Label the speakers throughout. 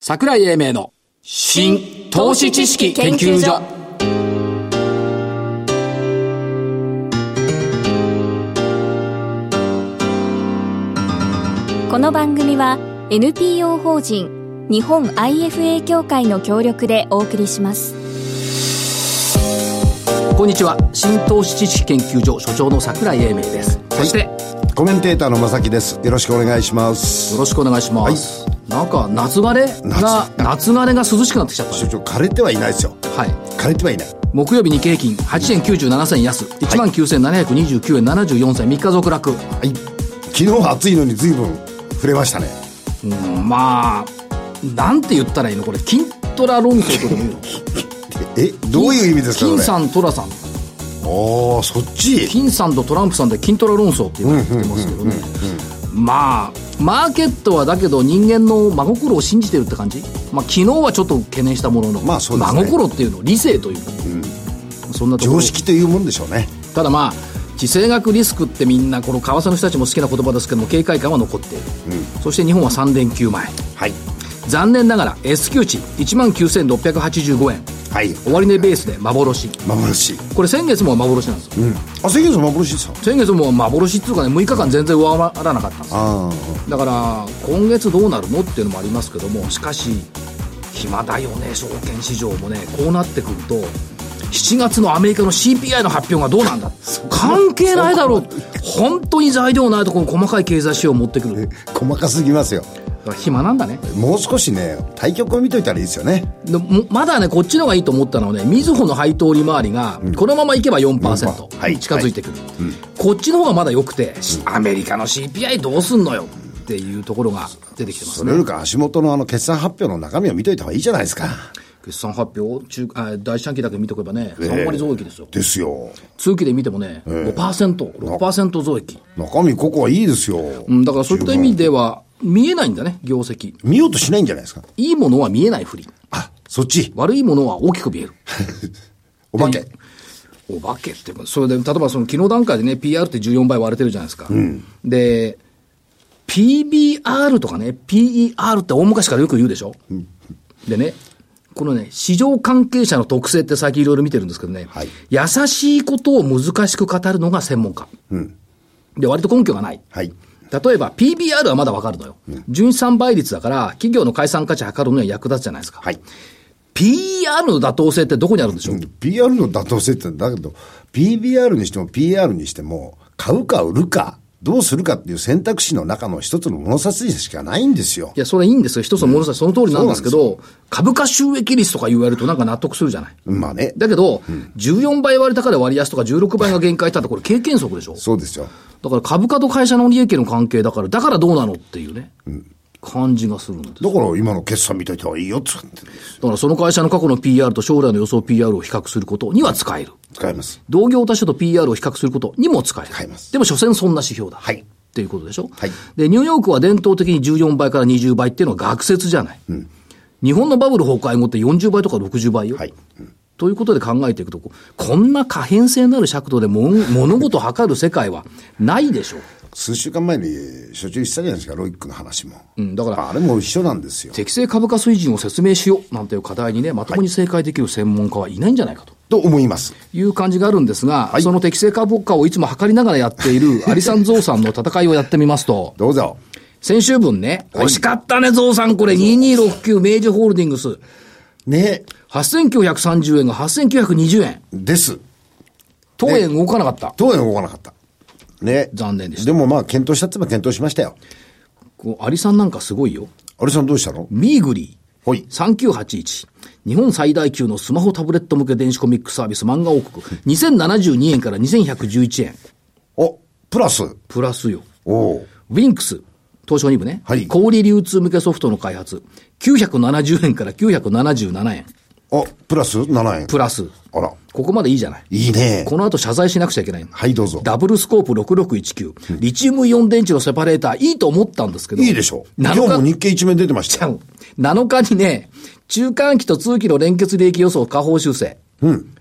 Speaker 1: 桜井英明の新投資知識研究所
Speaker 2: この番組は NPO 法人日本 IFA 協会の協力でお送りします
Speaker 1: こんにちは新投資知識研究所所長の桜井英明ですそしてよ
Speaker 3: コメンテーターの正木です。よろしくお願いします。
Speaker 1: ろしくお願いします、なんか夏晴れが夏晴れが涼しくなってきちゃった
Speaker 3: 所
Speaker 1: ね
Speaker 3: 長、枯れてはいないですよ。
Speaker 1: はい
Speaker 3: 枯れてはいない。
Speaker 1: 木曜日日経平均8円97銭安1万9729円74銭3日続落
Speaker 3: はい。昨日は暑いのに随分触れましたね。
Speaker 1: うんまあなんて言ったらいいのこれ金トラ論争とでも 言うの
Speaker 3: え、どういう意味ですか
Speaker 1: 金
Speaker 3: ね。
Speaker 1: さんトラさん
Speaker 3: ああ、そっち。
Speaker 1: 金さんとトランプさんで金トラ論争って言われてますけどねまあマーケットはだけど人間の真心を信じてるって感じ、まあ、昨日はちょっと懸念したものの、
Speaker 3: まあそうですね
Speaker 1: 真心っていうの理性というの、そんなところ
Speaker 3: 常識というもんでしょうね。
Speaker 1: ただまあ地政学リスクってみんなこの為替の人たちも好きな言葉ですけども警戒感は残っている、そして日本は3連休前
Speaker 3: はい。
Speaker 1: 残念ながら S q 値1万9685円
Speaker 3: はい。
Speaker 1: 終値ベースで幻
Speaker 3: 幻。
Speaker 1: これ先月も幻なんですよ、
Speaker 3: うん。あ、関口さん幻ですよ。
Speaker 1: 先月も幻っていうかね6日間全然上回らなかったんです
Speaker 3: あ
Speaker 1: だから今月どうなるのっていうのもありますけどもしかし暇だよね証券市場もねこうなってくると7月のアメリカの CPI の発表がどうなんだ関係ないだろう本当に材料ないとこの細かい経済指標を持ってくるだか
Speaker 3: あ。細かすぎますよ。
Speaker 1: ら暇なんだね
Speaker 3: もう少しね、対局を見といたらいいですよね。
Speaker 1: でもまだねこっちの方がいいと思ったのはねみずほの配当利回りがこのままいけば
Speaker 3: 4%は
Speaker 1: 4%
Speaker 3: い
Speaker 1: 近づいてくる、こっちの方がまだ良くて、アメリカの CPI どうすんのよっていうところが出てきてます
Speaker 3: それよりか足元のあの決算発表の中身を見といた方がいいじゃないですか。
Speaker 1: 決算発表中あ第四半期だけ見ておけばね、
Speaker 3: ええ
Speaker 1: 3割増益ですよ、
Speaker 3: ですよ。
Speaker 1: 通期で見てもね、5%、6%増益、
Speaker 3: 中身ここはいいですよ。
Speaker 1: うん、だからそういった意味では、見えないんだね、業績、
Speaker 3: 見ようとしないんじゃないですか。
Speaker 1: いいものは見えないふり、
Speaker 3: あ、そっち。
Speaker 1: 悪いものは大きく見える、
Speaker 3: お化け。
Speaker 1: お化けって、それで例えばその昨日段階でね、PR って14倍割れてるじゃないですか、で、PBR とかね、PER って大昔からよく言うでしょ、でね、このね、市場関係者の特性って最近いろいろ見てるんですけどね、
Speaker 3: はい
Speaker 1: 優しいことを難しく語るのが専門家。で、割と根拠がない。
Speaker 3: はい。
Speaker 1: 例えば PBR はまだわかるのよ。純資産倍率だから、企業の解散価値測るのには役立つじゃないですか。
Speaker 3: はい。
Speaker 1: PER の妥当性ってどこにあるんでしょう、
Speaker 3: PR の妥当性って、だけど、PBR にしても PR にしても、買うか売るか、どうするかっていう選択肢の中の一つの物差ししかないんですよ
Speaker 1: い。や、それはいいんですよ。一つの物差し、その通りなんですけ
Speaker 3: そう
Speaker 1: ど、株価収益率とか言われるとなんか納得するじゃない。
Speaker 3: まあね。
Speaker 1: だけど、14倍割れ高で割安とか16倍が限界だってこれ経験則でしょ
Speaker 3: そうですよ。
Speaker 1: だから株価と会社の利益の関係だから、だからどうなのっていうね、感じがするんです。
Speaker 3: だから今の決算見といた方がいいよって言ってるんです
Speaker 1: だからその会社の過去の PR と将来の予想 PR を比較することには使える。
Speaker 3: 使います。
Speaker 1: 同業他社と PR を比較することにも使える。
Speaker 3: 使えます
Speaker 1: でも、所詮そんな指標だ。
Speaker 3: はい
Speaker 1: っていうことでしょ。
Speaker 3: はい
Speaker 1: で、ニューヨークは伝統的に14倍から20倍っていうのは学説じゃない。日本のバブル崩壊後って40倍とか60倍よ。
Speaker 3: はい。
Speaker 1: ということで考えていくと、ここんな可変性のある尺度でも物事を測る世界はないでしょう。
Speaker 3: 数週間前に、所長したじゃないですか、ロイックの話も。
Speaker 1: うんだから
Speaker 3: あれも一緒なんですよ。
Speaker 1: 適正株価水準を説明しようなんていう課題にね、まともに正解できる専門家はいないんじゃないかと。
Speaker 3: と思います。
Speaker 1: いう感じがあるんですが、その適正株価をいつも測りながらやっているアリさんゾウさんの戦いをやってみますと、
Speaker 3: どうぞ。
Speaker 1: 先週分ね、惜しかったね、ゾウさん、これ、2269明治ホールディングス、
Speaker 3: ね。
Speaker 1: 8930円が8920円、
Speaker 3: です。
Speaker 1: 当円動かなかった。
Speaker 3: 当然動かなかった。ね。
Speaker 1: 残念でした
Speaker 3: でもまあ、検討したって言えば検討しましたよ。
Speaker 1: こうアリさんなんかすごいよ。
Speaker 3: あれさんどうしたの
Speaker 1: ミーグリー。
Speaker 3: ほい
Speaker 1: 3981。日本最大級のスマホタブレット向け電子コミックサービス漫画王国。2072円から2111円。
Speaker 3: お、プラス。
Speaker 1: プラスよ。
Speaker 3: おう
Speaker 1: ウィンクス、東証2部ね。
Speaker 3: はい
Speaker 1: 小売流通向けソフトの開発。970円から977円。
Speaker 3: あ、プラス7円。
Speaker 1: プラス。
Speaker 3: あら、
Speaker 1: ここまでいいじゃない。
Speaker 3: いいね。
Speaker 1: この後謝罪しなくちゃいけないの
Speaker 3: はいどうぞ
Speaker 1: ダブルスコープ6619。リチウムイオン電池のセパレーター、いいと思ったんですけど。
Speaker 3: いいでしょう。今
Speaker 1: 7
Speaker 3: 日
Speaker 1: 日
Speaker 3: も日経一面出てまし
Speaker 1: ちゃ
Speaker 3: たよ。
Speaker 1: う。7日にね、中間期と通期の連結利益予想下方修正。
Speaker 3: うん。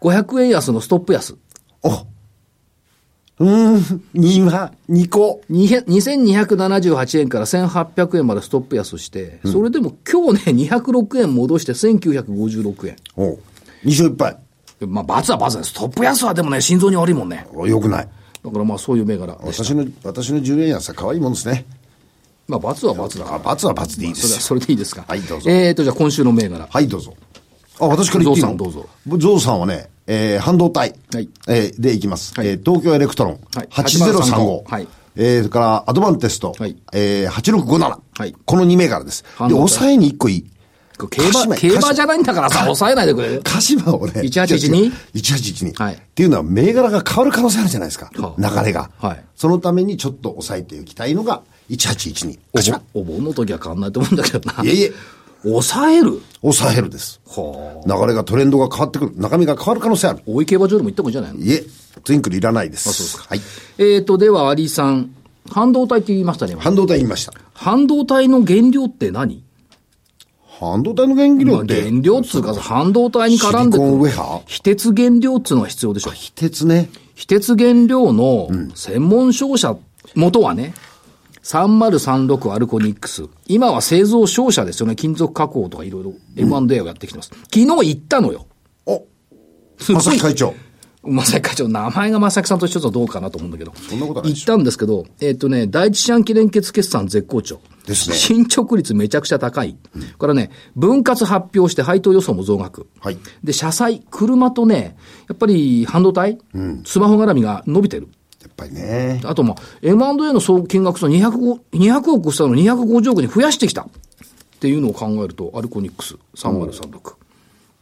Speaker 1: 500円安のストップ安。
Speaker 3: あ、うーん、2は、2個。
Speaker 1: 200 2278円から1800円までストップ安して、それでも今日ね、206円戻して1956円。
Speaker 3: おう。2勝1敗。
Speaker 1: まあ、罰は罰です。ストップ安はでもね、心臓に悪いもんね。
Speaker 3: およくない。
Speaker 1: だからまあ、そういう銘柄でした。
Speaker 3: 私の、私の10円安は可愛いもんですね。
Speaker 1: まあ、罰は罰だから。
Speaker 3: あ罰は罰でいいで
Speaker 1: それは
Speaker 3: す。
Speaker 1: それでいいですか。
Speaker 3: はいどうぞ
Speaker 1: えーと、じゃあ今週の銘柄。
Speaker 3: はい、どうぞ。あ、私から言っていいの
Speaker 1: ゾウさんど
Speaker 3: うぞ。ゾウさんはね、えー、半導体。
Speaker 1: はい
Speaker 3: えー、でいきます。
Speaker 1: はい
Speaker 3: えー、東京エレクトロン。
Speaker 1: はい
Speaker 3: 8035。
Speaker 1: はい
Speaker 3: えー、それから、アドバンテスト。
Speaker 1: はい
Speaker 3: えー、8657。
Speaker 1: はい
Speaker 3: この2銘柄です。
Speaker 1: 半
Speaker 3: で、
Speaker 1: 導体
Speaker 3: 抑えに1個いい。
Speaker 1: 競
Speaker 3: 鹿島
Speaker 1: 馬、競馬じゃないんだからさ、
Speaker 3: 鹿島
Speaker 1: 抑えないでくれる。
Speaker 3: 鹿島をね。
Speaker 1: 1812
Speaker 3: 1812。
Speaker 1: はい
Speaker 3: っていうのは銘柄が変わる可能性あるじゃないですか。
Speaker 1: はあ
Speaker 3: 流れが。
Speaker 1: はい
Speaker 3: そのためにちょっと抑えていきたいのが、1812。鹿島。
Speaker 1: お盆お盆の時は変わんないと思うんだけどな。
Speaker 3: いえいえ。
Speaker 1: 抑える
Speaker 3: 抑えるです。
Speaker 1: はあ。
Speaker 3: 流れが、トレンドが変わってくる。中身が変わる可能性ある。
Speaker 1: 大井競馬場でも行った方がいいんじゃないの
Speaker 3: いえ、ツインクルいらないです。はい。
Speaker 1: えーと、では、アリさん。半導体って言いましたね。今
Speaker 3: 半導体言いました。
Speaker 1: 半導体の原料って何
Speaker 3: 半導体の原
Speaker 1: ま
Speaker 3: 料
Speaker 1: あ
Speaker 3: って。
Speaker 1: 原料っつうか、半導体に絡んで
Speaker 3: シリコンウ
Speaker 1: くる。
Speaker 3: ェハー
Speaker 1: 非鉄原料っつうのが必要でしょ。
Speaker 3: 非鉄ね。
Speaker 1: 非鉄原料の専門商社、元はね、3036アルコニックス。今は製造商社ですよね。金属加工とかいろいろ M&A をやってきてます。昨日行ったのよ。
Speaker 3: お、
Speaker 1: すごい
Speaker 3: まさき 会長。
Speaker 1: まさき会長、名前がまさきさんと一緒だとどうかなと思うんだけど。
Speaker 3: んなことないで
Speaker 1: 言
Speaker 3: し
Speaker 1: ったんですけど、えっ、とね、第一四半期連結決算絶好調。
Speaker 3: ですね
Speaker 1: 進捗率めちゃくちゃ高い。これね、分割発表して配当予想も増額。
Speaker 3: はい
Speaker 1: で、車載、車とね、やっぱり半導体、スマホ絡みが伸びてる。
Speaker 3: やっぱりね。
Speaker 1: あと、まあ、M&A の総金額と200 200億したのを250億に増やしてきた。っていうのを考えると、アルコニックス3036。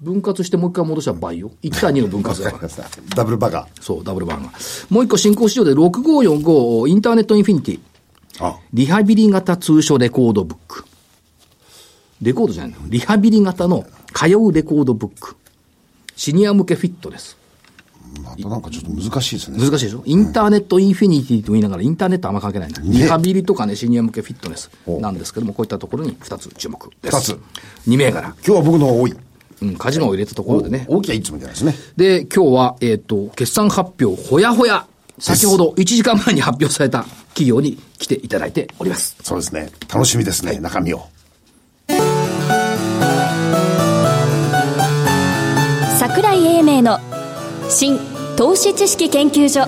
Speaker 1: 分割してもう一回戻したら倍よ。1対2の分割だ から。
Speaker 3: ダブルバカ。
Speaker 1: そう、ダブルバーガー。もう一個新興市場で6545インターネットインフィニティ。
Speaker 3: あ、
Speaker 1: リハビリ型通称レコードブック。レコードじゃないの。リハビリ型の通うレコードブック。シニア向けフィットです。
Speaker 3: またなんかちょっと難しいですね。
Speaker 1: 難しいでしょインターネットインフィニティと言いながら、インターネットはあんま関係ないな。
Speaker 3: ね
Speaker 1: リハビリとかね、シニア向けフィットネス
Speaker 3: ほう
Speaker 1: なんですけども、こういったところに2つ注目です。
Speaker 3: 二つ。
Speaker 1: 2銘柄。
Speaker 3: 今日は僕の方が多い。
Speaker 1: うん、カジノを入れたところでね。
Speaker 3: 大きはいつもじゃないですね。
Speaker 1: で、今日は、えっ、と、決算発表、ほやほや、先ほど1時間前に発表された企業に来ていただいております。
Speaker 3: そうですね。楽しみですね、中身を。
Speaker 2: 桜井英明の新投資知識研究所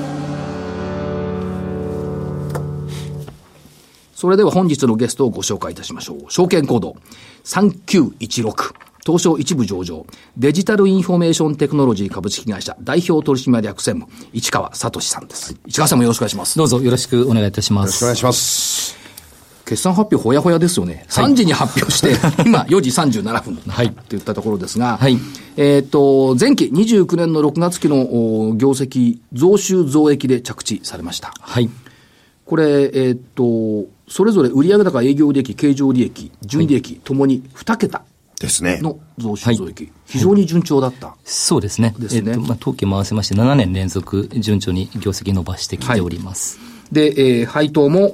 Speaker 1: それでは本日のゲストをご紹介いたしましょう。証券コード3916。東証一部上場、デジタルインフォメーションテクノロジー株式会社代表取締役専務、市川聡さんです、市川さんもよろしくお願いします。
Speaker 4: どうぞよろしくお願いいたしま
Speaker 3: よろしくお願
Speaker 4: す。
Speaker 3: いします。
Speaker 1: 決算発表ほやほやですよね。3時に発表して、今4時37分
Speaker 4: はい
Speaker 1: って言ったところですが、
Speaker 4: はい
Speaker 1: えっ、と、前期29年の6月期のお業績増収増益で着地されました。
Speaker 4: はい。
Speaker 1: これ、えっ、と、それぞれ売上高、営業利益、経常利益、純利益ともに2桁
Speaker 3: ですね。
Speaker 1: の増収増益、非常に順調だった。
Speaker 4: そうですね。
Speaker 1: ですね
Speaker 4: えっとまあ、統計も合わせまして、7年連続順調に業績伸ばしてきております。
Speaker 1: で、えー配当も、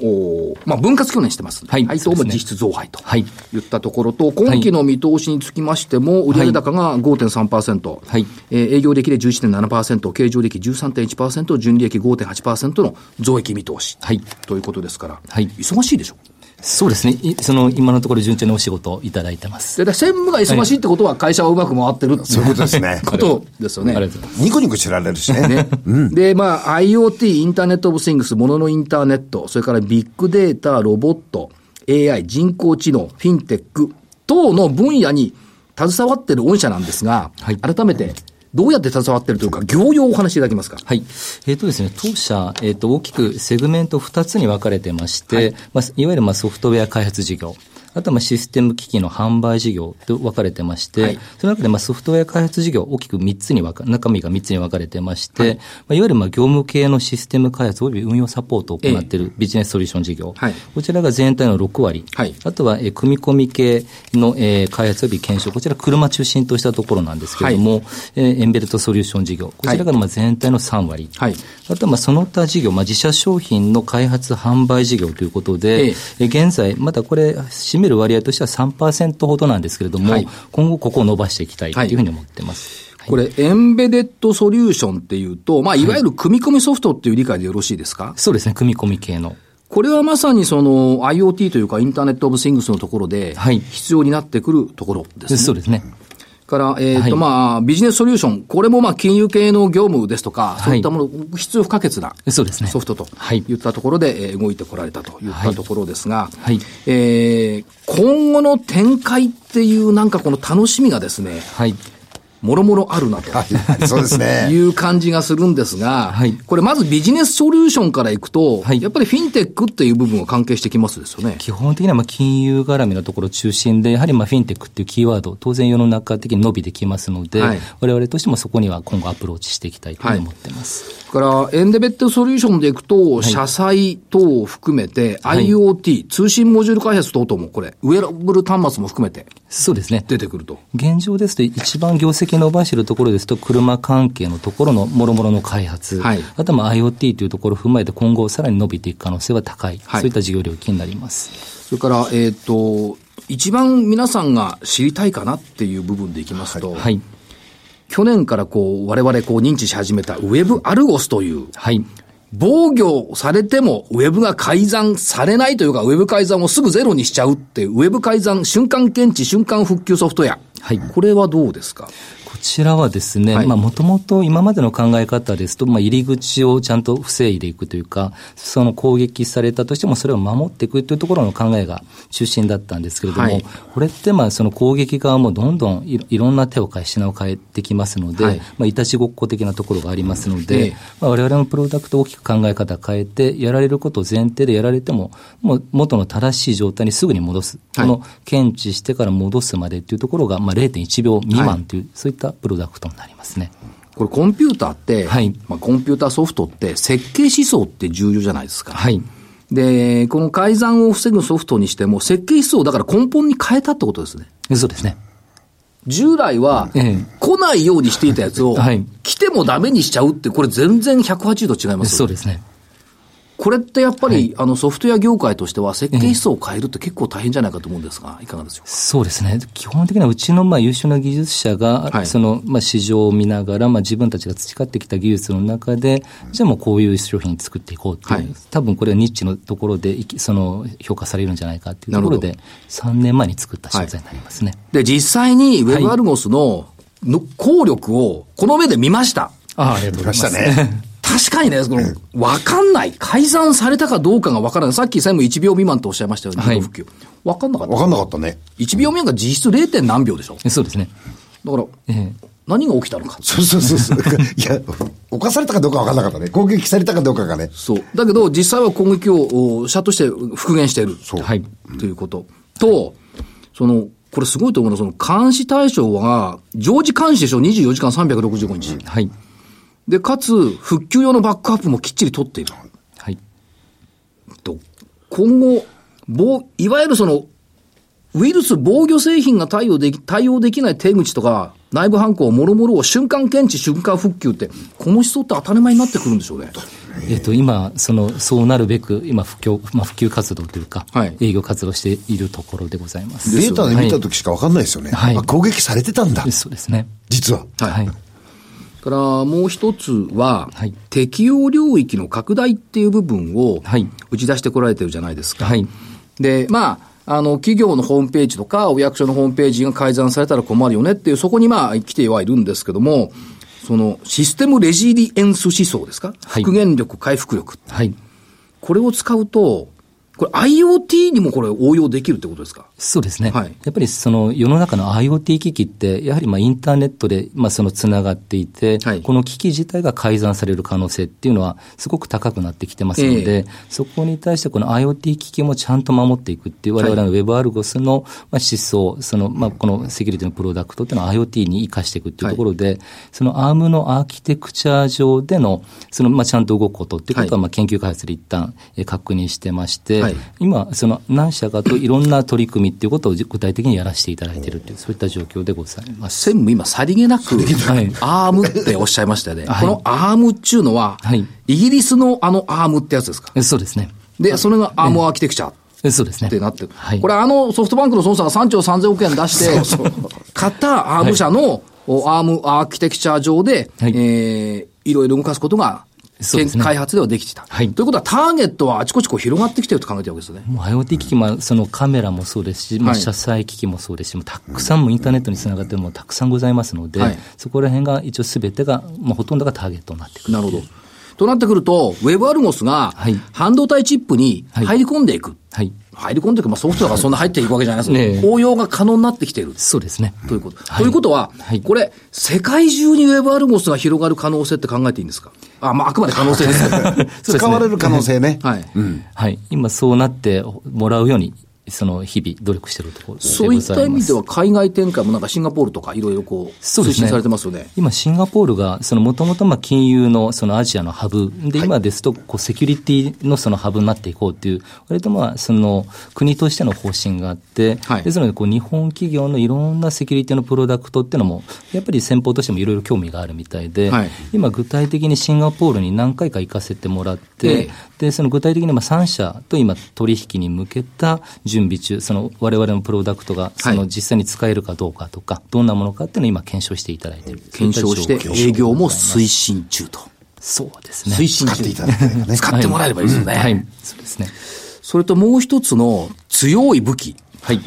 Speaker 1: おーまあ、分割去年してますんで、
Speaker 4: はい
Speaker 1: 配当も
Speaker 4: そうですね
Speaker 1: 実質増配と
Speaker 4: はい
Speaker 1: 言ったところと、今期の見通しにつきましても、売上高が5.3%、
Speaker 4: はい
Speaker 1: えー営業利益で11.7%、経常利益13.1%、純利益5.8%の増益見通し、
Speaker 4: はい
Speaker 1: ということですから、
Speaker 4: はい
Speaker 1: 忙しいでしょ。
Speaker 4: そうですね。いその、今のところ順調にお仕事をいただいてます。
Speaker 1: で、だから専務が忙しいってことは、会社はうまく回ってるって
Speaker 3: そういうことです ね
Speaker 1: ことですよね。
Speaker 4: ありがとうございます。
Speaker 3: ニコニコ知られるしね。
Speaker 1: ね。で、まあ、IoT、インターネット・オブ・シングス、もののインターネット、それからビッグデータ、ロボット、AI、人工知能、フィンテック等の分野に携わってる御社なんですが、
Speaker 4: はい
Speaker 1: 改めて、どうやって携わってるというか、業用をお話しいただけますか。
Speaker 4: はい。えっ、とですね、当社、えっ、と、大きくセグメント2つに分かれてまして、いまあ、いわゆるまあソフトウェア開発事業、あとはまあシステム機器の販売事業と分かれてまして、
Speaker 1: はい
Speaker 4: その中でまあソフトウェア開発事業、大きく3つに分か、中身が3つに分かれてまして、いまあ、いわゆるまあ業務系のシステム開発及び運用サポートを行っているビジネスソリューション事業、
Speaker 1: はい
Speaker 4: こちらが全体の6割、
Speaker 1: はい
Speaker 4: あとはえー組み込み系のえー開発及び検証、こちら車中心としたところなんですけれども、えーエンベルトソリューション事業、こちらがまあ全体の3割。
Speaker 1: はい
Speaker 4: あとはまあその他事業、まあ、自社商品の開発販売事業ということで、
Speaker 1: ええ
Speaker 4: え現在、まだこれ、占める割合としては3%ほどなんですけれども、
Speaker 1: はい
Speaker 4: 今後ここを伸ばしていきたいというふうに思ってます。
Speaker 1: これ、エンベデッドソリューションっていうと、まあ、いわゆる組み込みソフトっていう理解でよろしいですか、
Speaker 4: そうですね、組み込み系の。
Speaker 1: これはまさにその IoT というかインターネット・オブ・シングスのところで
Speaker 4: はい
Speaker 1: 必要になってくるところですね。
Speaker 4: そうですね。
Speaker 1: から、えっ、
Speaker 4: はい
Speaker 1: と、まあ、ビジネスソリューション、これもまあ、金融系の業務ですとか、
Speaker 4: い
Speaker 1: そういったもの、必要不可欠な
Speaker 4: そうですね
Speaker 1: ソフトと
Speaker 4: はい
Speaker 1: いったところで、えー動いてこられたといっ
Speaker 4: は
Speaker 1: た
Speaker 4: い
Speaker 1: ところですが、
Speaker 4: はい
Speaker 1: えー今後の展開っていうなんかこの楽しみがですね、
Speaker 4: はい。
Speaker 1: もろもろあるなと。
Speaker 3: はい、そうです
Speaker 1: い
Speaker 3: ね。
Speaker 1: う感じがするんですが、
Speaker 4: はい
Speaker 1: これまずビジネスソリューションからいくと、
Speaker 4: はい
Speaker 1: やっぱりフィンテックっていう部分は関係してきますですよね。
Speaker 4: 基本的にはまあ金融絡みのところ中心で、やはりまあフィンテックっていうキーワード、当然世の中的に伸びてきますので、
Speaker 1: はい
Speaker 4: 我々としてもそこには今後アプローチしていきたいというふうに思ってます。
Speaker 1: それから、エンデベッドソリューションでいくと、車載等を含めて、
Speaker 4: い
Speaker 1: IoT、通信モジュール開発等々も、これ、ウェアラブル端末も含めて
Speaker 4: そうですね。
Speaker 1: 出てくると。
Speaker 4: 現状ですと、一番業績伸ばしているところですと、車関係のところのもろもろの開発、
Speaker 1: はい
Speaker 4: あとはまあ IoT というところを踏まえて、今後さらに伸びていく可能性は高い、
Speaker 1: はい
Speaker 4: そういった事業領域になります。
Speaker 1: それから、えっ、と、一番皆さんが知りたいかなっていう部分でいきますと、
Speaker 4: はい。
Speaker 1: 去年からこう、我々こう認知し始めた Web アルゴスという、
Speaker 4: はい。
Speaker 1: 防御されても、ウェブが改ざんされないというか、ウェブ改ざんをすぐゼロにしちゃうっていう、ウェブ改ざん瞬間検知、瞬間復旧ソフトウェア。
Speaker 4: はい
Speaker 1: これはどうですか
Speaker 4: こちらはですね、
Speaker 1: はい
Speaker 4: まあもともと今までの考え方ですと、まあ入り口をちゃんと防いでいくというか、その攻撃されたとしてもそれを守っていくというところの考えが中心だったんですけれども、
Speaker 1: はい
Speaker 4: これってまあその攻撃側もどんどんいいろんな手を変え品を変えてきますので、
Speaker 1: はい
Speaker 4: い、まあいたちごっこ的なところがありますの
Speaker 1: え
Speaker 4: で、
Speaker 1: え
Speaker 4: まあ我々のプロダクトを大きく考え方変えて、やられることを前提でやられても、もう元の正しい状態にすぐに戻
Speaker 1: は
Speaker 4: す。
Speaker 1: い
Speaker 4: この検知してから戻すまでっていうところが、まあ0.1秒未満という、そういったプロダクトになりますね。
Speaker 1: これコンピューターって、
Speaker 4: はい
Speaker 1: まあ、コンピューターソフトって設計思想って重要じゃないですか。
Speaker 4: はい。
Speaker 1: で、この改ざんを防ぐソフトにしても、設計思想をだから根本に変えたってことですね。
Speaker 4: そうですね。
Speaker 1: 従来は
Speaker 4: ええ、
Speaker 1: 来ないようにしていたやつを、
Speaker 4: はい
Speaker 1: 来てもダメにしちゃうって、これ全然180度違いますよね
Speaker 4: そうですね。
Speaker 1: これってやっぱり、あのソフトウェア業界としては設計思想を変えるって結構大変じゃないかと思うんですが、いかがでしょうか。
Speaker 4: そうですね。基本的にはうちのまあ優秀な技術者が、
Speaker 1: はい
Speaker 4: そのまあ市場を見ながら、まあ自分たちが培ってきた技術の中で、じゃあもうこういう商品作っていこうっていう、
Speaker 1: はい
Speaker 4: 多分これはニッチのところでいき、その評価されるんじゃないかっていうところ
Speaker 1: な
Speaker 4: で、3年前に作った商材になりますね。
Speaker 1: で、実際に Web アルゴスのの効力をこの目で見ました。
Speaker 4: ああ、ありがとうござい
Speaker 3: ましたね。
Speaker 1: 確かにね、その、わかんない。改ざんされたかどうかがわからない。さっきさえも1秒未満とおっしゃいましたよね、
Speaker 4: はい
Speaker 1: 自動復旧。わかんなかった
Speaker 3: わ。かんなかったね。
Speaker 1: 1秒未満が実質 0. 点何秒でしょ
Speaker 4: ます。そうですね。
Speaker 1: だから、
Speaker 4: え
Speaker 1: 何が起きたのか。
Speaker 3: そうそうそう そう。いや、犯されたかどうかわかんなかったね。攻撃されたかどうかがね。
Speaker 1: そう。だけど、実際は攻撃をお社として復元している。
Speaker 4: えはい。
Speaker 1: ということと、その、これすごいと思うのは、その監視対象は、常時監視でしょ、24時間365日。
Speaker 4: はい。
Speaker 1: で、かつ、復旧用のバックアップもきっちり取っている。
Speaker 4: はい。
Speaker 1: と今後、防、いわゆるその、ウイルス防御製品が対応でき、対応できない手口とか、内部犯行、もろもろを瞬間検知、瞬間復旧って、この思想って当たり前になってくるんでしょうね。
Speaker 4: えっと、今、その、そうなるべく、今、普及、まあ、普及活動というか、
Speaker 1: はい
Speaker 4: 営業活動しているところでございます。
Speaker 3: データで見た時しかわかんないですよね。
Speaker 4: はい
Speaker 3: あ攻撃されてたんだ。
Speaker 4: そうですね。
Speaker 3: 実は。
Speaker 1: はい
Speaker 4: はい。
Speaker 1: から、もう一つは、
Speaker 4: はい
Speaker 1: 適用領域の拡大っていう部分を
Speaker 4: はい
Speaker 1: 打ち出してこられてるじゃないですか。
Speaker 4: はい
Speaker 1: で、まあ、あの、企業のホームページとか、お役所のホームページが改ざんされたら困るよねっていう、そこにまあ、来てはいるんですけども、その、システムレジリエンス思想ですか、
Speaker 4: はい
Speaker 1: 復元力、回復力。
Speaker 4: はい。
Speaker 1: これを使うと、これ IoT にもこれ応用できるってことですか
Speaker 4: そうですね。
Speaker 1: はい
Speaker 4: やっぱりその世の中の IoT 機器って、やはりまあインターネットでまあそのつながっていて、
Speaker 1: はい
Speaker 4: この機器自体が改ざんされる可能性っていうのはすごく高くなってきてますの
Speaker 1: え
Speaker 4: で、そこに対してこの IoT 機器もちゃんと守っていくっていう我々の Web アルゴスのまあ思想、そのまあこのセキュリティのプロダクトっていうのは IoT に生かしていくっていうところで、その ARM のアーキテクチャ上での、そのまあちゃんと動くことっていうこ
Speaker 1: は
Speaker 4: とはいまあ研究開発で一旦えー確認してまして、
Speaker 1: はい
Speaker 4: 今、その何社かといろんな取り組みっていうことを具体的にやらせていただいているという、そういった状況でございます。
Speaker 1: 専務今さりげなく、
Speaker 4: はい
Speaker 1: アームっておっしゃいましたよね。
Speaker 4: はい
Speaker 1: このアームっていうのは、
Speaker 4: はい
Speaker 1: イギリスのあのアームってやつですか
Speaker 4: えそうですね。
Speaker 1: で、それがアームアーキテクチャっ
Speaker 4: えそうですね。
Speaker 1: てなってる。
Speaker 4: はい。
Speaker 1: これあのソフトバンクの孫さんが3兆3000億円出して、買ったアーム社のおアームアーキテクチャ上で、
Speaker 4: はい
Speaker 1: えーいろいろ動かすことが、
Speaker 4: そうですね
Speaker 1: 開発ではできてた。
Speaker 4: はい
Speaker 1: ということは、ターゲットはあちこちこう広がってきてると考えてるわけですよね。
Speaker 4: もう IoT 機器、まあ、そのカメラもそうですし、まあ、
Speaker 1: はい
Speaker 4: 車載機器もそうですし、もうたくさんもうインターネットにつながってるものたくさんございますので、
Speaker 1: はい
Speaker 4: そこら辺が一応すべてが、まあ、ほとんどがターゲットになってくる。
Speaker 1: なるほど。となってくると、ウェブアルゴスが
Speaker 4: はい、
Speaker 1: 半導体チップに
Speaker 4: はい
Speaker 1: 入り込んでいく。
Speaker 4: はい。
Speaker 1: 入り込んでいく、まあ、ソフトだからそんな入っていくわけじゃないですけ
Speaker 4: ね
Speaker 1: ど、
Speaker 4: え
Speaker 1: 応用が可能になってきている。
Speaker 4: そうですね。
Speaker 1: ということ。
Speaker 4: はい
Speaker 1: ということは、
Speaker 4: はい
Speaker 1: これ、世界中にウェブアルゴスが広がる可能性って考えていいんですかあ、まあ、あくまで可能性ですけど。
Speaker 4: そうですね
Speaker 3: 使われる可能性ね。
Speaker 1: はい。
Speaker 4: はい。今、そうなってもらうように、その日々努力しているところでござい
Speaker 1: そうい
Speaker 4: ま
Speaker 1: っ
Speaker 4: す。
Speaker 1: た意味では、海外展開もなんかシンガポールとかいろいろこう、
Speaker 4: そうで
Speaker 1: 推
Speaker 4: すね
Speaker 1: 進されてますよね。
Speaker 4: 今、シンガポールが、その、もともと、まあ、金融の、その、アジアのハブで、今ですと、こう、セキュリティの、その、ハブになっていこうっていう、割と、まあ、その、国としての方針があって
Speaker 1: はい、
Speaker 4: ですので、こう、日本企業のいろんなセキュリティのプロダクトっていうのも、やっぱり先方としてもいろいろ興味があるみたいで
Speaker 1: はい、
Speaker 4: 今、具体的にシンガポールに何回か行かせてもらっ
Speaker 1: ええ
Speaker 4: て、で、その具体的にまあ3社と今、取引に向けた準備中、その我々のプロダクトがそ
Speaker 1: は
Speaker 4: の
Speaker 1: い
Speaker 4: 実際に使えるかどうかとか、どんなものかっていうのを今、検証していただいている
Speaker 1: 検証して、営業も推進中と。
Speaker 4: そうですね。
Speaker 1: 推進
Speaker 3: 使
Speaker 1: 中。
Speaker 3: っていただきたいよね。
Speaker 1: 使ってもらえればいいですよね。
Speaker 4: はい、そうですね。
Speaker 1: それともう一つの強い武器、
Speaker 4: はい。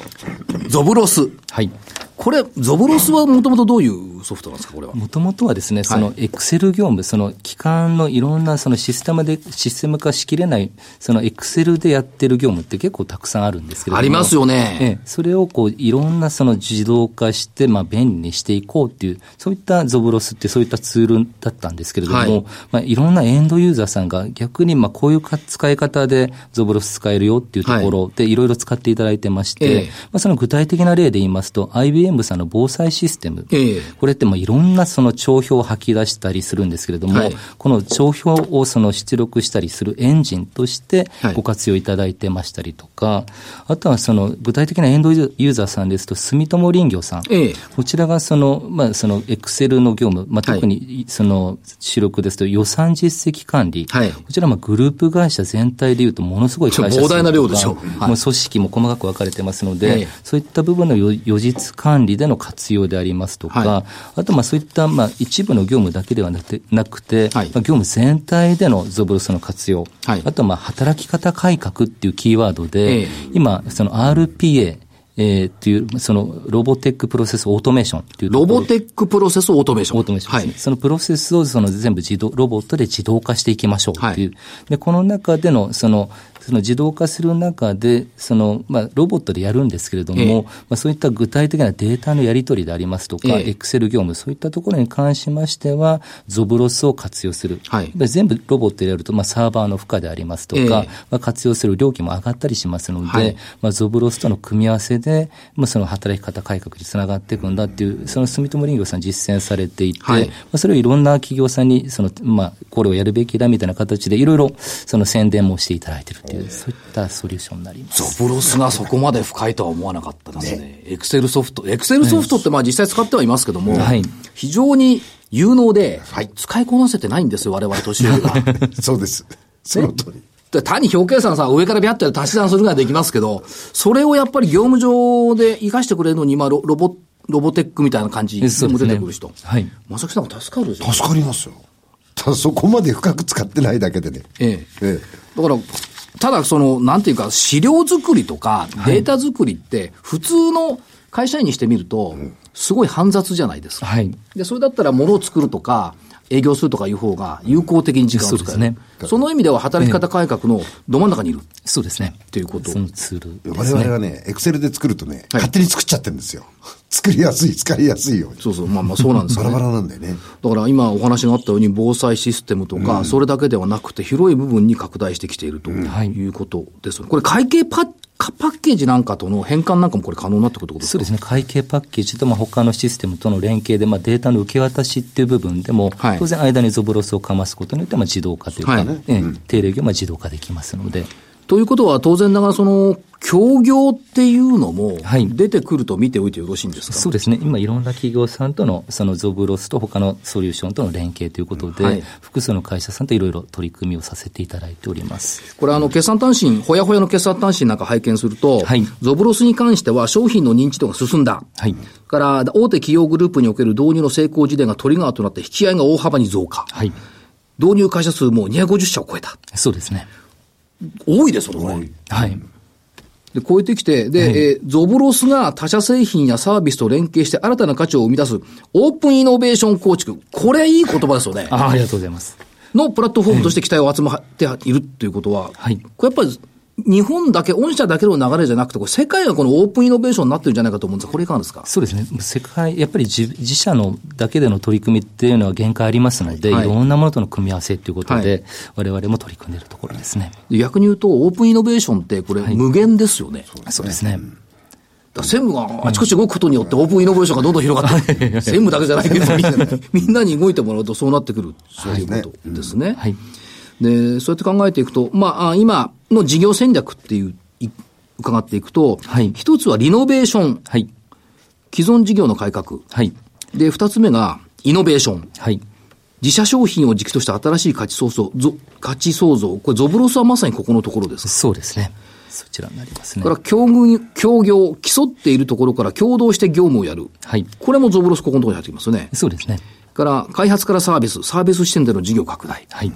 Speaker 1: ゾブロス。
Speaker 4: はい。
Speaker 1: これ、ゾブロスはもともとどういうソフトなんですか、これは。
Speaker 4: もともとはですね、そ
Speaker 1: は
Speaker 4: のエクセル業務、その機関のいろんなそのシステムで、システム化しきれない、そのエクセルでやってる業務って結構たくさんあるんですけれども。
Speaker 1: ありますよね
Speaker 4: ええそれをこう、いろんなその自動化して、まあ便利にしていこうっていう、そういったゾブロスってそういったツールだったんですけれども、
Speaker 1: はい
Speaker 4: い、まあいろんなエンドユーザーさんが逆にまあこういうか使い方でゾブロス使えるよっていうところでいろいろ使っていただいてまして、
Speaker 1: ええ
Speaker 4: まあその具体的な例で言いますと、IBM さんの防災システム。
Speaker 1: ええ
Speaker 4: これってもういろんなその帳票を吐き出したりするんですけれども、
Speaker 1: はい
Speaker 4: この帳票をその出力したりするエンジンとして
Speaker 1: はい
Speaker 4: ご活用いただいてましたりとか、あとはその具体的なエンドユーザーさんですと、住友林業さん。
Speaker 1: ええ
Speaker 4: こちらがその、まあ、そのエクセルの業務、まあ、特にその主力ですと予算実績管理。
Speaker 1: はい
Speaker 4: こちらはまあグループ会社全体でいうとものすごい会社数
Speaker 1: ち
Speaker 4: とか
Speaker 1: ょ膨大な量でしょはい
Speaker 4: もう組織も細かく分かれてますの
Speaker 1: え
Speaker 4: で、
Speaker 1: え
Speaker 4: そういった部分の予予実管理での活用でありますとか、
Speaker 1: は
Speaker 4: あとまあそういったまあ一部の業務だけではなくて、なくて
Speaker 1: はい
Speaker 4: まあ業務全体でのゾブロスの活用、
Speaker 1: はい
Speaker 4: あとまあ働き方改革っていうキーワード
Speaker 1: え
Speaker 4: で、
Speaker 1: え
Speaker 4: 今、その RPA、えー、っていう、そのロボテックプロセスオートメーションっていうとこ
Speaker 1: ロ
Speaker 4: ろ
Speaker 1: ボテックプロセスオートメーション。
Speaker 4: オートメーションですね、
Speaker 1: はい。
Speaker 4: そのプロセスをその全部自動、ロボットで自動化していきましょうっていう。で、この中での、その、その自動化する中で、その、まあ、ロボットでやるんですけれども、
Speaker 1: ええ
Speaker 4: まあ、そういった具体的なデータのやり取りでありますとか、
Speaker 1: ええ
Speaker 4: エクセル業務、そういったところに関しましては、ゾブロスを活用する。
Speaker 1: はい
Speaker 4: やっぱり全部ロボットでやると、まあ、サーバーの負荷でありますとか、
Speaker 1: ええ
Speaker 4: まあ、活用する料金も上がったりしますので、
Speaker 1: はい
Speaker 4: まあ、ゾブロスとの組み合わせで、まあ、その働き方改革につながっていくんだっていう、その住友林業さん実践されていて、
Speaker 1: はい
Speaker 4: まあ、それをいろんな企業さんに、その、まあ、これをやるべきだみたいな形で、いろいろ、その宣伝もしていただいてるっていう、そういったソリューションになります。
Speaker 1: ゾブロスがそこまで深いとは思わなかったですね。エクセルソフト。エクセルソフトってまあ実際使ってはいますけども、
Speaker 4: はい
Speaker 1: 非常に有能で
Speaker 3: はい、
Speaker 1: 使いこなせてないんですよ、我々年寄り が。
Speaker 3: そうです。その通り。
Speaker 1: で単に表計算さ、上からビャッとやって足し算するぐらいできますけど、それをやっぱり業務上で活かしてくれるのに、今ロ、ロボ、ロボテックみたいな感じで
Speaker 4: そう
Speaker 1: も
Speaker 4: で
Speaker 1: 出
Speaker 4: すね
Speaker 1: てくる人。
Speaker 4: はい
Speaker 1: まさきさんも助かるでしょ。
Speaker 3: 助かりますよ。ただそこまで深く使ってないだけでね。
Speaker 1: ええ。
Speaker 3: ええ
Speaker 1: だから、ただその、なんていうか、資料作りとか、データ作りって、普通の会社員にしてみると、すごい煩雑じゃないですか。
Speaker 4: はい。
Speaker 1: で、それだったら物を作るとか、営業するとかいう方が有効的に時間を使
Speaker 4: そうで
Speaker 1: え
Speaker 4: す
Speaker 1: る
Speaker 4: ね。
Speaker 1: その意味では働き方改革のど真ん中にいる。
Speaker 4: そうですね。
Speaker 1: ということ
Speaker 4: そのツールですね。
Speaker 3: 我々はね、エクセルで作るとね、
Speaker 1: はい
Speaker 3: 勝手に作っちゃってるんですよ。作りやすい、使いやすいように。
Speaker 1: そうそう、まあまあそうなんですよ
Speaker 3: バ
Speaker 1: ね
Speaker 3: ラバラなんで ね。
Speaker 1: だから今お話があったように防災システムとか、それだけではなくて広い部分に拡大してきていると
Speaker 4: はい
Speaker 1: いうことですよね。これ会計パッパッケージなんかとの変換なんかもこれ可能になってくるってことです
Speaker 4: そう
Speaker 1: か
Speaker 4: ですね、会計パッケージと、まあ、他のシステムとの連携で、まあ、データの受け渡しっていう部分でも、
Speaker 1: はい
Speaker 4: 当然、間にゾブロスをかますことによって、まあ、自動化というか、
Speaker 1: はい
Speaker 4: ええ定例業務は自動化できますので、
Speaker 1: とということは、当然ながら、その、協業っていうのも
Speaker 4: はい、
Speaker 1: 出てくると見ておいてよろしいんですか、
Speaker 4: そうですね、今、いろんな企業さんとのそのゾブロスと他のソリューションとの連携ということで、
Speaker 1: はい
Speaker 4: 複数の会社さんといろいろ取り組みをさせていただいております。
Speaker 1: これあの、決算単身、ほやほやの決算単身なんか拝見すると、
Speaker 4: はい
Speaker 1: ゾブロスに関しては商品の認知度が進んだ。
Speaker 4: はい
Speaker 1: から、大手企業グループにおける導入の成功事例がトリガーとなって引き合いが大幅に増加。
Speaker 4: はい、
Speaker 1: 導入会社数も250社を超えた。
Speaker 4: そうですね。
Speaker 1: 多いですよね、これ。
Speaker 4: はい、
Speaker 1: で、超えてきて、で、えーゾブロスが他社製品やサービスと連携して新たな価値を生み出す、オープンイノベーション構築。これいい言葉ですよね。
Speaker 4: あありがとうございます。
Speaker 1: のプラットフォームとして期待を集めているということは、
Speaker 4: はい
Speaker 1: これやっぱり日本だけ、御社だけの流れじゃなくて、これ世界がこのオープンイノベーションになってるんじゃないかと思うんですが、これいかがですか
Speaker 4: そうですね、世界、やっぱり自自社のだけでの取り組みっていうのは限界ありますので、
Speaker 1: はい
Speaker 4: い、ろんなものとの組み合わせということ
Speaker 1: はい
Speaker 4: で、我々も取り組んでいるところですね。
Speaker 1: 逆に言うと、オープンイノベーションってこれ無限ですよね。だか
Speaker 4: そうですね。
Speaker 1: ら専務があちこち動くことによってオープンイノベーションがどんどん広がって、専務だけじゃないけど、みんなみんなに動いてもらうとそうなってくる、そういうことですね。
Speaker 4: はい。
Speaker 1: で、そうやって考えていくと、まああ、今の事業戦略っていう、い伺っていくと、
Speaker 4: はい
Speaker 1: 一つはリノベーション、
Speaker 4: はい。
Speaker 1: 既存事業の改革、
Speaker 4: はい。
Speaker 1: で、二つ目が、イノベーション。
Speaker 4: はい。
Speaker 1: 自社商品を軸とした新しい価値創造、ぞ価値創造。これ、ゾブロスはまさにここのところです。
Speaker 4: そうですね。そちらになりますね
Speaker 1: だか。ら、協軍、協業、競っているところから共同して業務をやる。
Speaker 4: はい。
Speaker 1: これもゾブロスここのところに入ってきますよね。
Speaker 4: そうですね。
Speaker 1: から、開発からサービス、サービス視点での事業拡大。
Speaker 4: はい。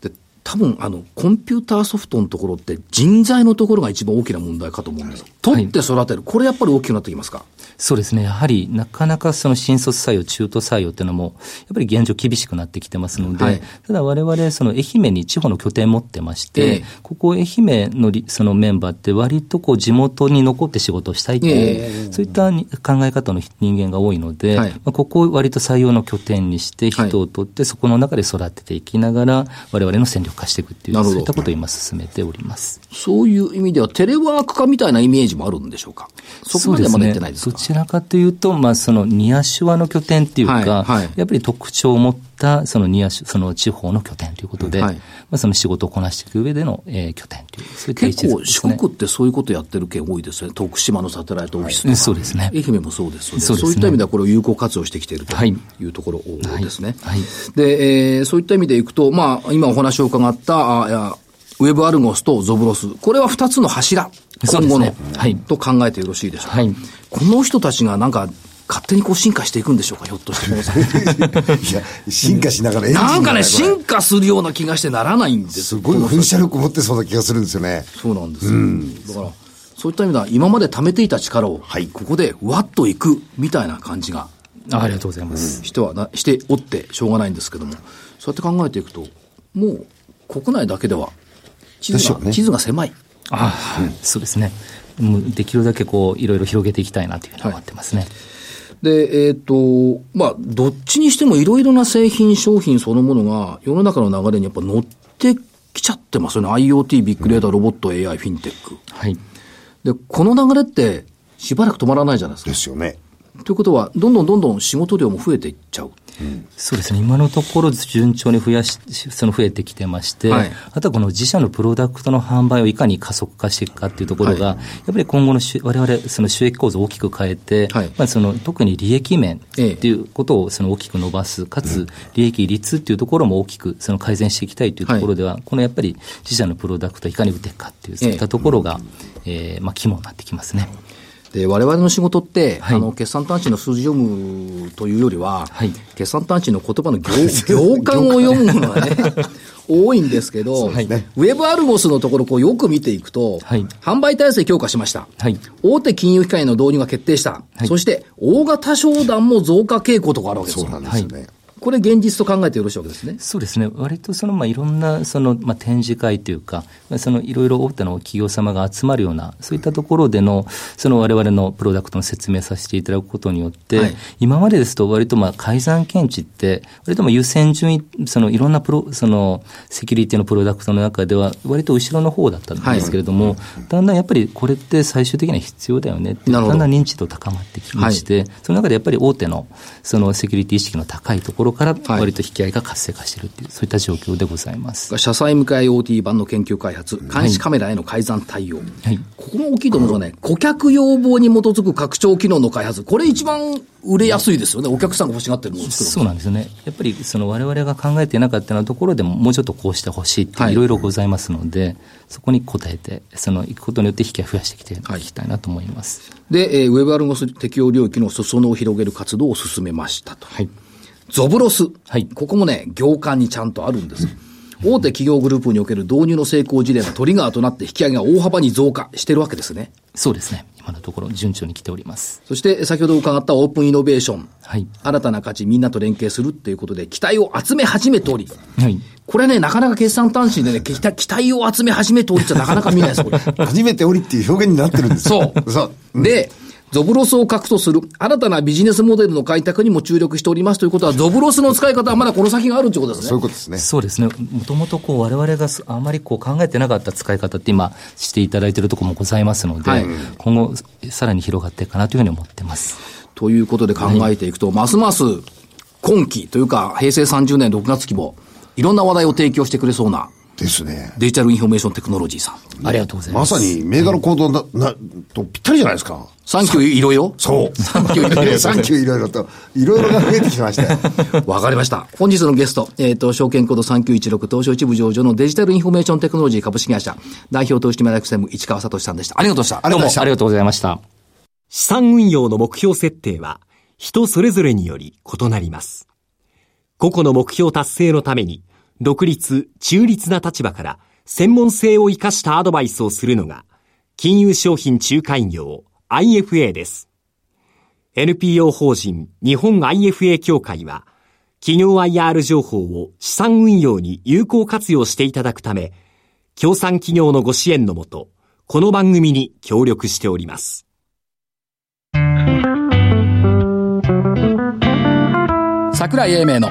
Speaker 1: で、多分、あの、コンピューターソフトのところって人材のところが一番大きな問題かと思うんです。取って育てる。これやっぱり大きくなってきますか
Speaker 4: そうですね。やはり、なかなかその新卒採用、中途採用っていうのも、やっぱり現状厳しくなってきてますので、
Speaker 1: はい
Speaker 4: ただ我々、その愛媛に地方の拠点持ってまし
Speaker 1: え
Speaker 4: て、
Speaker 1: え
Speaker 4: ここ愛媛のりそのメンバーって割とこう地元に残って仕事をしたいという、そういったに考え方の人間が多いので、
Speaker 1: はい
Speaker 4: まあ、ここを割と採用の拠点にして
Speaker 1: はい
Speaker 4: 人を取って、そこの中で育てていきながら、我々の戦力化していくってい
Speaker 1: な
Speaker 4: う、
Speaker 1: るほ
Speaker 4: そ
Speaker 1: ど
Speaker 4: ういったことを今進めております。
Speaker 1: そういう意味では、テレワーク化みたいなイメージもあるんでしょうか。そこまではまだ行ってないです
Speaker 4: そう
Speaker 1: か。
Speaker 4: ねどちらかというと、まあ、そのニア手話の拠点っていうか、
Speaker 1: はいはい
Speaker 4: やっぱり特徴を持ったそのニア手その地方の拠点ということで、
Speaker 1: はい
Speaker 4: まあ、その仕事をこなしていく上での、えー拠点という、そういった位置
Speaker 1: 結
Speaker 4: づ
Speaker 1: 構
Speaker 4: けで
Speaker 1: 四
Speaker 4: すね。
Speaker 1: 国ってそういうことやってる県多いですよね。徳島のサテライトオフィスとか、
Speaker 4: うんそうですね
Speaker 1: 愛媛もそう ですよね。そ
Speaker 4: そうう
Speaker 1: い
Speaker 4: ですね
Speaker 1: った意味ではこれを有効活用してきていると
Speaker 4: はい
Speaker 1: いうところですね。
Speaker 4: はいはい
Speaker 1: で、えーそういった意味でいくと、まあ、今お話を伺った、あいやウェブアルゴスとゾブロス、これは二つの柱、
Speaker 4: そう
Speaker 1: 今
Speaker 4: です
Speaker 1: 後の、
Speaker 4: ねはい
Speaker 1: と考えてよろしいでしょうか。
Speaker 4: はい
Speaker 1: この人たちがなんか勝手にこう進化していくんでしょうか、ひょっとして この先。
Speaker 3: いや、進化しながらエンジ ン
Speaker 1: なんかね、
Speaker 3: だこれ
Speaker 1: 進化するような気がしてならないんですよ
Speaker 3: すごい噴射力持ってそうな気がするんですよね。
Speaker 1: そうなんですよ。だから、そういった意味では、今まで貯めていた力を、ここでわっといくみたいな感じが
Speaker 4: あありがとうございます。
Speaker 1: してはな、しておってしょうがないんですけども、そうやって考えていくと、もう国内だけでは、地
Speaker 3: でし
Speaker 1: 図
Speaker 3: ょ
Speaker 1: が、
Speaker 3: うね
Speaker 1: 地図が狭い。
Speaker 4: ああ、そうですね。もうできるだけこう、いろいろ広げていきたいなというふうに思ってますね。
Speaker 1: で、えっ、と、まあ、どっちにしてもいろいろな製品、商品そのものが、世の中の流れにやっぱ乗ってきちゃってますよね。IoT、ビッグデータ、ロボット、AI、フィンテック。
Speaker 4: はい。
Speaker 1: で、この流れって、しばらく止まらないじゃないですか
Speaker 3: で。すよね。
Speaker 1: ということは、どんどんどんどん仕事量も増えていっちゃう。
Speaker 4: そうですね、今のところ順調に増やし、その増えてきてまして、
Speaker 1: はい
Speaker 4: あとはこの自社のプロダクトの販売をいかに加速化していくかっていうところが、やっぱり今後のし我々その収益構造を大きく変えて、
Speaker 1: はい
Speaker 4: まあ、その特に利益面って
Speaker 1: ええ
Speaker 4: いうことをその大きく伸ばす、かつ利益率っていうところも大きくその改善していきたいというところでは、このやっぱり自社のプロダクトをいかに打っていくかっていう、そういったところが、えーまあ、肝になってきますね。
Speaker 1: で、我々の仕事って、
Speaker 4: はい
Speaker 1: あの、決算単値の数字読むというよりは、
Speaker 4: はい
Speaker 1: 決算単値の言葉の行行間を読むのがね、多いんですけど、
Speaker 4: ですね
Speaker 1: ウェブアルゴスのところこうよく見ていくと、
Speaker 4: はい
Speaker 1: 販売体制強化しました。
Speaker 4: はい
Speaker 1: 大手金融機関への導入が決定した。
Speaker 4: はい
Speaker 1: そして、大型商談も増加傾向とかあるわけです
Speaker 3: そう
Speaker 1: よ。
Speaker 3: なんですよね。
Speaker 1: これ現実と考えてよろしいわけですね。
Speaker 4: そうですね、割とそのまあいろんなそのまあ展示会というか、まあそのいろいろ大手の企業様が集まるような、そういったところでの、その我々のプロダクトの説明させていただくことによって、
Speaker 1: はい
Speaker 4: 今までですと、割とまあ改ざん検知って、割とまあ優先順位、そのいろんなプロそのセキュリティのプロダクトの中では、割と後ろの方だったんですけれども、だんだんやっぱりこれって最終的には必要だよねっていう
Speaker 1: なるほど
Speaker 4: だんだん認知度高まってきまして、その中でやっぱり大手のそのセキュリティ意識の高いところろから
Speaker 1: はい
Speaker 4: 割と引き合いが活性化しているっていう、そういった状況でございます。
Speaker 1: 車載向け IoT 版の研究開発、監視カメラへの改ざん対応。
Speaker 4: い
Speaker 1: ここも大きいと思うのはね、顧客要望に基づく拡張機能の開発。これ一番売れやすいですよね。お客さんが欲しがってるものを作る。
Speaker 4: そうなんですよね。やっぱりその我々が考えていなかったようなところでももうちょっとこうしてほしいって
Speaker 1: はい
Speaker 4: いろいろございますので、そこに応えて、その行くことによって引き合い増やしてきて
Speaker 1: はい
Speaker 4: いきたいなと思います。
Speaker 1: で、えーウェブアルゴス適用領域の裾野を広げる活動を進めましたと。
Speaker 4: はい。
Speaker 1: ゾブロス。
Speaker 4: はい
Speaker 1: ここもね、業間にちゃんとあるんです。大手企業グループにおける導入の成功事例のトリガーとなって引き上げが大幅に増加してるわけですね。
Speaker 4: そうですね。今のところ順調に来ております。
Speaker 1: そして、先ほど伺ったオープンイノベーション。
Speaker 4: はい。
Speaker 1: 新たな価値みんなと連携するっていうことで期待を集め始めており、
Speaker 4: はい。
Speaker 1: これね、なかなか決算単身でね、期待期待を集め始めておりってなかなか見ないで す、これ。
Speaker 3: 初めておりっていう表現になってるんですよ
Speaker 1: そう。
Speaker 3: そう。
Speaker 1: で、ゾブロスを核とする新たなビジネスモデルの開拓にも注力しておりますということは、ゾブロスの使い方はまだこの先があるってことです
Speaker 3: そ
Speaker 1: ね
Speaker 3: ういう。ことですね。
Speaker 4: そうですね。もともとこう我々がすあまりこう考えてなかった使い方って今していただいているところもございますので、
Speaker 1: はい
Speaker 4: 今後さらに広がっていくかなというふうに思ってます。
Speaker 1: ということで考えていくと、ますます今期というか、平成30年6月規模、いろんな話題を提供してくれそうな
Speaker 3: ですね。
Speaker 1: デジタルインフォメーションテクノロジーさん。
Speaker 4: ありがとうございま。
Speaker 3: ますさに、銘柄行動な、な、とぴったりじゃないですか。
Speaker 1: サンキューいろいろ
Speaker 3: そう。
Speaker 1: サンキューいろいろ
Speaker 3: サンキューいろいろと、いろいろが増えてき ましたよ。
Speaker 1: わかりました。本日のゲスト、えっ、と、証券コード3916東証一部上場のデジタルインフォメーションテクノロジー株式会社、代表投資マネー専務市川聡さんでした。ありがとうございました。
Speaker 4: どうもありがとうございました。
Speaker 5: 資産運用の目標設定は人それぞれにより異なります。個々の目標達成のために独立、中立な立場から専門性を生かしたアドバイスをするのが金融商品仲介業 IFA です。NPO 法人日本 IFA 協会は企業 IR 情報を資産運用に有効活用していただくため、協賛企業のご支援のもと、この番組に協力しております。
Speaker 1: 桜井英明の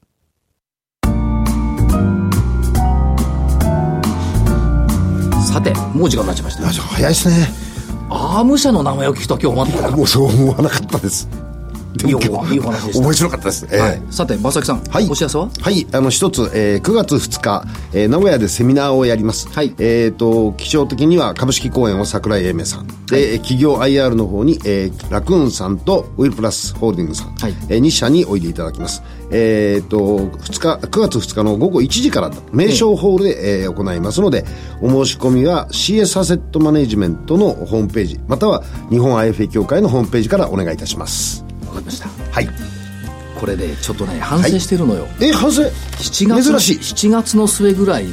Speaker 1: さて、もう時間になっちゃいました。
Speaker 3: あ早いですね。
Speaker 1: アーム社の名前を聞くと今日待ってた。
Speaker 3: もうそう思わなかったです。
Speaker 1: いいおいいお話でした
Speaker 3: 面白かったです。ええ
Speaker 1: はいさて、正木さん、
Speaker 3: はい、
Speaker 1: お知らせは
Speaker 3: はい、あの一つ、えー9月2日、えー名古屋でセミナーをやります、
Speaker 1: はい
Speaker 3: えっ、と基調的には株式公演を桜井英明さんで、えー企業 IR の方に、えーラクーンさんとウィルプラスホールディングさん、
Speaker 1: はい
Speaker 3: えー、2社においでいただきますえっ、と2日9月2日の午後1時から名称ホールで、えー行いますのでお申し込みは CS アセットマネジメントのホームページまたは日本 IFA 協会のホームページからお願いいたします
Speaker 1: わかりました。
Speaker 3: はい
Speaker 1: これで、ちょっとね、反省してるのよ。
Speaker 3: え反省
Speaker 1: 7月
Speaker 3: 珍しい
Speaker 1: 7月の末ぐらいね、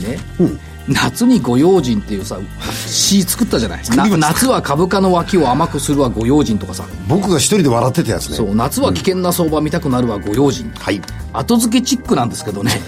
Speaker 1: 夏にご用心っていうさ詩作ったじゃないな夏は株価の脇を甘くするはご用心とかさ、
Speaker 3: 僕が一人で笑ってたやつね
Speaker 1: そう夏は危険な相場見たくなるはご用心、
Speaker 3: はい
Speaker 1: 後付けチックなんですけど ね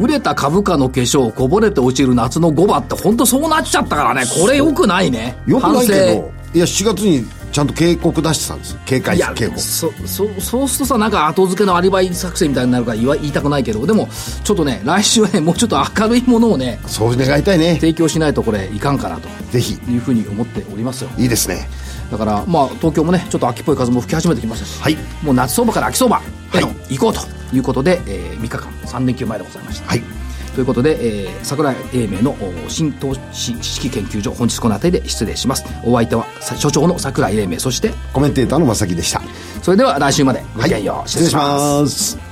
Speaker 1: 売れた株価の化粧こぼれて落ちる夏の5番って本当そうなっちゃったからねこれよくないね
Speaker 3: よくないけ
Speaker 1: 反
Speaker 3: ど
Speaker 1: 省
Speaker 3: いや7月にちゃんと警告出してたんです警戒
Speaker 1: いや
Speaker 3: 警告
Speaker 1: そそそうするとさなんか後付けのアリバイ作戦みたいになるから言わ言いたくないけどでもちょっとね来週はねもうちょっと明るいものをね
Speaker 3: そう願いたいね
Speaker 1: 提供しないとこれいかんかなと
Speaker 3: ぜひ
Speaker 1: いうふうに思っておりますよ
Speaker 3: いいですね
Speaker 1: だからまあ東京もねちょっと秋っぽい風も吹き始めてきましたし、
Speaker 3: はい
Speaker 1: もう夏相場から秋相場への
Speaker 3: はい
Speaker 1: 移行ということで、え3日間3連休前でございました、
Speaker 3: はい
Speaker 1: ということで、えー桜井英明のお新投資知識研究所本日この辺りで失礼しますお相手はさ所長の桜井英明そして
Speaker 3: コメンテーターの正木でした
Speaker 1: それでは来週までごきげんよう、
Speaker 3: 失礼します